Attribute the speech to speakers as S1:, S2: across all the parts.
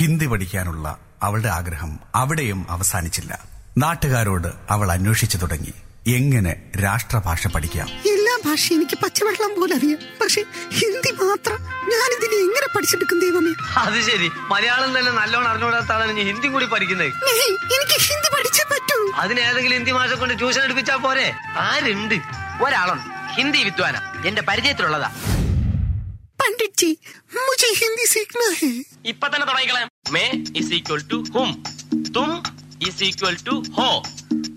S1: ഹിന്ദി പഠിക്കാനുള്ള അവളുടെ ആഗ്രഹം അവിടെയും അവസാനിച്ചില്ല നാട്ടുകാരോട് അവൾ അന്വേഷിച്ചു തുടങ്ങി എങ്ങനെ രാഷ്ട്രഭാഷ പഠിക്കാം
S2: എല്ലാ ഭാഷയും എനിക്ക് പച്ചവെള്ളം പോലെ അറിയാം പക്ഷെ ഹിന്ദി മാത്രം ഞാൻ ഇതിനെ എങ്ങനെ പഠിച്ചെടുക്കും ദൈവമേ
S3: അത് ശരി മലയാളം തന്നെ നല്ലോണം അറിഞ്ഞുകൂടാത്ത ആളാണ് ഇനി ഹിന്ദി കൂടി പഠിക്കുന്നത്
S2: നെയ്, എനിക്ക് ഹിന്ദി പഠിച്ചേ പറ്റൂ
S3: അതിന് ഏതെങ്കിലും ഹിന്ദി മാഷെ കൊണ്ട് ട്യൂഷൻ എടുപ്പിച്ചാ പോരെ ആരുണ്ട്
S4: ഒരാളുണ്ട് ഹിന്ദി വിദ്വാന എന്റെ പരിചയത്തിലുള്ളതാ
S2: പണ്ഡിറ്റ് ജി മുझे हिंदी सीखना है
S4: ഇപ്പൊ തന്നെ തുടങ്ങിക്കളയാം മേ ഇസ് ഈക്വൽ ടു ഹും തും ഇസ് ഈക്വൽ ടു ഹോ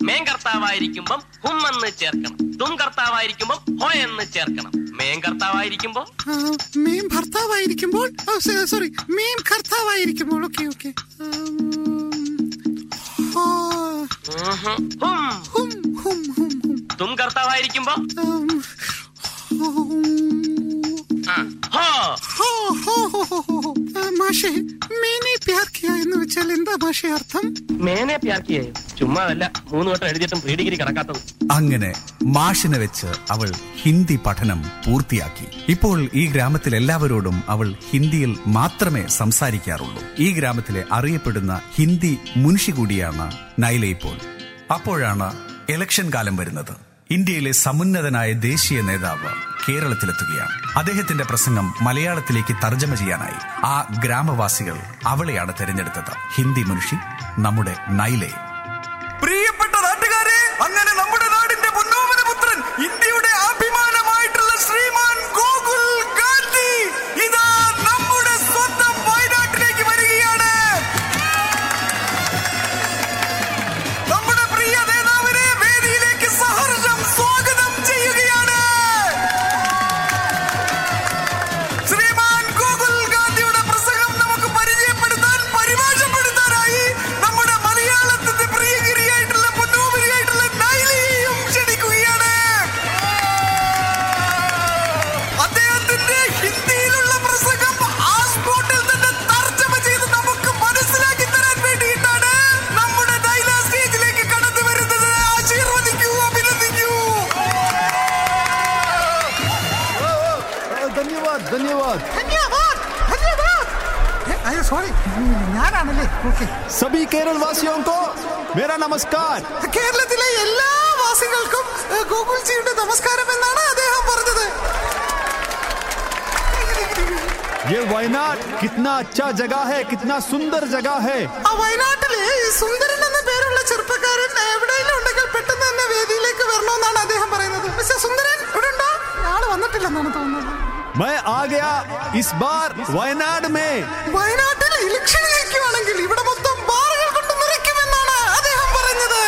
S4: മേം കർത്താവായിരിക്കുമ്പം ഹും എന്ന് ചേർക്കണം തും കർത്താവായിരിക്കുമ്പം ഹോ എന്ന് ചേർക്കണം മേം കർത്താവായിരിക്കുമ്പം
S2: ആ, മേം ഭർത്താവായിരിക്കുമ്പോൾ ആ, സ- സോറി മേം കർത്താവായിരിക്കുമ്പോൾ ഓക്കെ ഓക്കെ
S4: ഉഹും. ഹും തും കർത്താവായിരിക്കുമ്പം ആ, ഹോ
S2: മാഷേ മേനെ പ്യാർ കിയ എന്ന് വെച്ചാൽ എന്താ മാഷേ അർത്ഥം
S4: മേനെ പ്യാർക്കിയായി ചുമ്മാ അല്ല മൂന്ന് വട്ടം എഴുതിയിട്ടും പ്രീ ഡിഗ്രി കണക്കാത്തത്
S1: അങ്ങനെ മാഷിനെ വെച്ച് അവൾ ഹിന്ദി പഠനം പൂർത്തിയാക്കി ഇപ്പോൾ ഈ ഗ്രാമത്തിൽ എല്ലാവരോടും അവൾ ഹിന്ദിയിൽ മാത്രമേ സംസാരിക്കാറുള്ളൂ ഈ ഗ്രാമത്തിലെ അറിയപ്പെടുന്ന ഹിന്ദി മുൻഷി കൂടിയാണ് നൈല ഇപ്പോൾ അപ്പോഴാണ് ഇലക്ഷൻ കാലം വരുന്നത് ഇന്ത്യയിലെ സമുന്നതനായ ദേശീയ നേതാവ് കേരളത്തിലെത്തുകയാണ് അദ്ദേഹത്തിന്റെ പ്രസംഗം മലയാളത്തിലേക്ക് തർജ്ജമ ചെയ്യാനായി ആ ഗ്രാമവാസികൾ അവളെയാണ് തിരഞ്ഞെടുത്തത് ഹിന്ദി മുൻഷി നമ്മുടെ നൈലയെ
S5: പ്രിയപ്പെട്ട നാട്ടുകാരെ അങ്ങനെ നമ്മുടെ നാടിന്റെ പൊന്നോമന പുത്രൻ ഇന്ത്യയുടെ അഭിമാനമായിട്ടുള്ള ശ്രീമാൻ ഗോകുൽ ഗാന്ധി ഇതാ നമ്മുടെ സ്വന്തം വയനാട്ടിലേക്ക് വരികയാണ് നമ്മുടെ പ്രിയ നേതാവിനെ വേദിയിലേക്ക് സഹർഷം സ്വാഗതം ചെയ്യുകയാണ് ശ്രീമാൻ ഗോകുൽ ഗാന്ധിയുടെ പ്രസംഗം നമുക്ക് പരിചയപ്പെടുത്താൻ പരിഭാഷപ്പെടുത്താനായി നമ്മുടെ മലയാളത്തിന്റെ പ്രിയഗിരിയായിട്ടുള്ള പുന്നോപരിയായിട്ടുള്ള നൈലിയെയും ക്ഷണിക്കുകയാണ് അദ്ദേഹത്തിന്റെ ഹിന്ദിയിലുള്ള പ്രസംഗം ആ സ്പോട്ടിൽ തന്നെ തർജ്ജമ ചെയ്ത് നമുക്ക് മനസ്സിലാക്കി തരാൻ വേണ്ടിയിട്ടാണ് നമ്മുടെ നൈല സ്റ്റേജിലേക്ക് കടന്നു വരുന്നത് ആശീർവദിക്കൂ അഭിനന്ദിക്കൂ
S6: धन्यवाद धन्यवाद
S2: ധന്യവാദ് ധന്യവാദ് അയ്യോ സോറി ഞാനാണല്ലേ ഓക്കെ
S6: सभी केरल वासियों को मेरा नमस्कार
S2: കേരളത്തിലെ എല്ലാ വാസികൾക്കും ഏ, ഗോകുൽജിയുടെ നമസ്കാരം എന്നാണ് അദ്ദേഹം പറഞ്ഞത്
S6: ये वायनाड कितना अच्छा जगह है कितना सुंदर जगह है
S2: ആ വയനാട്ടിലെ ഈ സുന്ദരൻ എന്ന പേരുള്ള ചെറുപ്പക്കാരൻ എവിടെയെങ്കിലും ഉണ്ടെങ്കിൽ പെട്ടെന്ന് തന്നെ വേദിയിലേക്ക് വരണമെന്നാണ് അദ്ദേഹം പറയുന്നത് മിസ്റ്റർ സുന്ദരൻ ഇവിടെ ഉണ്ടോ ആള് വന്നിട്ടില്ലെന്നാണ് തോന്നുന്നത്
S6: मैं आ गया इस बार वायनाड में
S2: വയനാട്ടിൽ ഇലക്ഷൻ ജയിക്കുവാണെങ്കിൽ ഇവിടെ മൊത്തം ബാറുകൾ കൊണ്ട് നിറയ്ക്കുമെന്നാണ് അദ്ദേഹം പറഞ്ഞത്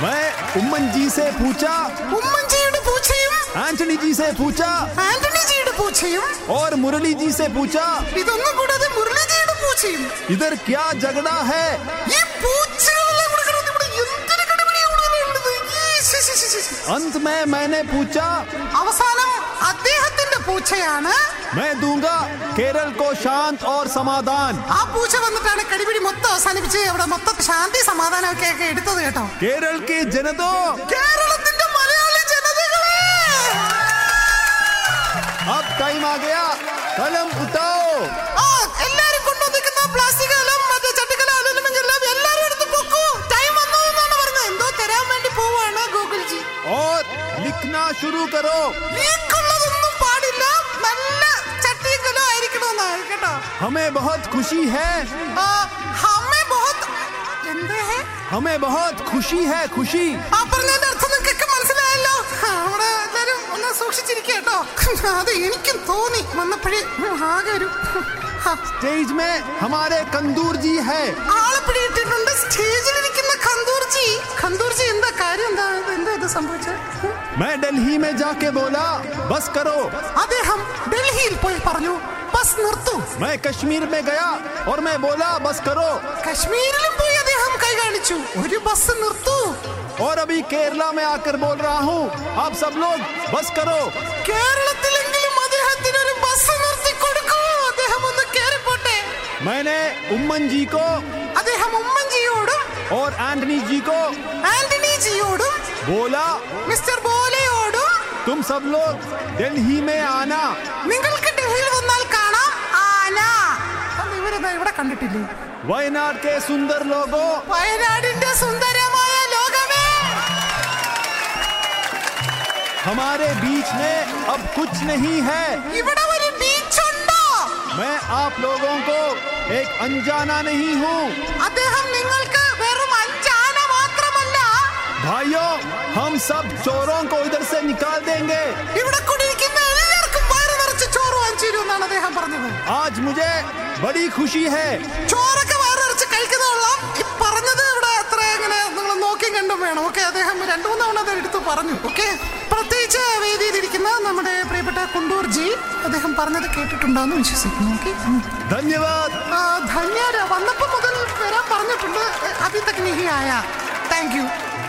S6: मैं उम्मन जी से पूछा
S2: ഉമ്മൻജിയുടെ പൂച്ചയും
S6: एंटनी जी से पूछा
S2: ആന്റണിജിയുടെ പൂച്ചയും
S6: और മുരളി जी से पूछा
S2: ഇതൊന്നും കൂടാതെ മുരളിജിയുടെ പൂച്ചയും
S6: इधर क्या झगड़ा है
S2: ഈ പൂച്ചകളെല്ലാം ഇവിടെ കിടന്ന് ഇവിടെ എന്തിന് കിടപിടിയാ കൂടുതലുള്ളത്? ഈ ശ്ശി ശ്ശി ശ്ശി ശ്ശി.
S6: अंत में मैंने पूछा
S2: അവസാനം അദ്ദേഹത്തിന്റെ പൂച്ചയാണ്
S6: मैं दूंगा केरल को शांत और समाधान
S2: ആ പൂച്ച വന്നിട്ടാണ് കടിപിടി മൊത്തം അവസാനിപ്പിച്ച് അവിടെ മൊത്തം ശാന്തി സമാധാനമൊക്കെ ഒക്കെ എടുത്തത് കേട്ടോ
S6: केरल की जनता
S2: കേരളത്തിന്റെ മലയാളി ജനതകളെ
S6: अब टाइम आ गया कलम उठाओ
S2: ആ എല്ലാരും കൊണ്ടുവന്നിരിക്കുന്ന പ്ലാസ്റ്റിക് കലം മറ്റേ ചട്ടിക്കലം അലുമിനിയം എല്ലാം എല്ലാരും എടുത്ത് പൊക്കൂ ടൈം വന്നു എന്നാണ് പറഞ്ഞത് എന്തോ തരാൻ വേണ്ടി പോവാണ് ഗൂഗിൾജി
S6: और लिखना शुरू करो
S2: ലീക്കുള്ളതൊന്നും പാടില്ല നല്ല ചട്ടിയും കലം ആയിരിക്കണമെന്നാണ് കേട്ടോ
S6: हमें बहुत खुशी है
S2: आ, हमें बहुत എന്ത് ഹേ?
S6: हमें बहुत खुशी है खुशी
S2: ആ പറഞ്ഞതിന്റെ അർത്ഥം നിങ്ങൾക്കൊക്കെ മനസ്സിലായല്ലോ അവിടെ എല്ലാരും ഒന്ന് സൂക്ഷിച്ചിരിക്കുക കേട്ടോ അത് എനിക്കും തോന്നി വന്നപ്പോഴേ ഉം, ആകെ ഒരു ആ,
S6: स्टेज में हमारे कंदूर जी है
S2: ആളെ പിടിയിട്ടിട്ടുണ്ട് സ്റ്റേജിലിരിക്കുന്ന ഖന്തൂർജി ഖന്തൂർജി എന്താ കാര്യം എന്താ ഇത് എന്താ ഇത് സംഭവിച്ചത് ഉം.
S6: मैं दिल्ली में जाके बोला बस करो
S2: അദ്ദേഹം ഡൽഹിയിൽ പോയി പറഞ്ഞു ബസ് നിർത്തൂ
S6: मैं कश्मीर में गया और मैं बोला बस करो
S2: കശ്മീരിലും പോയി അദ്ദേഹം കൈ കാണിച്ചു ഒരു ബസ് നിർത്തൂ
S6: और अभी केरला में आकर बोल रहा हूँ आप सब लोग बस करो
S2: കേരളത്തിലെങ്കിലും അദ്ദേഹത്തിന് ഒരു ബസ് നിർത്തി കൊടുക്കൂ അദ്ദേഹം ഒന്ന് കേറിപ്പോട്ടെ
S6: मैंने उम्मन जी को
S2: അദ്ദേഹം ഉമ്മൻജിയോടും
S6: और एंटनी जी को
S2: ആന്റണിജിയോടും
S6: बोला
S2: മിസ്റ്റർ ബോലയോടും
S6: तुम सब लोग दिल्ली में आना
S2: നിങ്ങൾക്ക് ഡൽഹിയിൽ വന്നാൽ കാണാം ആന കണ്ടിട്ടില്ലേ
S6: वायनाड के सुंदर लोगों
S2: വയനാടിന്റെ സുന്ദരമായ ലോകമേ
S6: हमारे बीच में अब कुछ नहीं है
S2: ഇവിടെ ഒരു ബീച്ചുണ്ടോ
S6: मैं आप लोगों को एक अनजाना नहीं हूँ
S2: അദ്ദേഹം നിങ്ങൾക്ക് വെറും അഞ്ചാന മാത്രമല്ല
S6: भाइयों हम सब चोरों को इधर से निकाल देंगे
S2: ഇവിടെ കുടിയിരിക്കുന്ന എല്ലാവർക്കും വയറ് നിറച്ച് ചോറ് വാങ്ങിച്ചു തരും എന്നാണ് അദ്ദേഹം പറഞ്ഞത്
S6: आज मुझे बड़ी खुशी है
S2: ചോറൊക്കെ വയറ് നിറച്ച് കഴിക്കുന്ന കൊള്ളാം ഈ പറഞ്ഞത് ഇവിടെ അത്ര അങ്ങനെ നിങ്ങൾ നോക്കിയും കണ്ടും വേണം ഓക്കെ അദ്ദേഹം രണ്ടു മൂന്ന് തവണ അത് എടുത്ത് പറഞ്ഞു ഓക്കെ പ്രത്യേകിച്ച് വേദിയിലിരിക്കുന്ന നമ്മുടെ പ്രിയപ്പെട്ട കുണ്ടൂർ ജി അദ്ദേഹം പറഞ്ഞത് കേട്ടിട്ടുണ്ടോന്ന് വിശ്വസിക്കുന്നു ഓക്കെ
S6: धन्यवाद
S2: ധന്യര വന്നപ്പോ മുതൽ വരാൻ പറഞ്ഞിട്ടുണ്ട് അഭിതഗ്നിഹിയായ താങ്ക് യു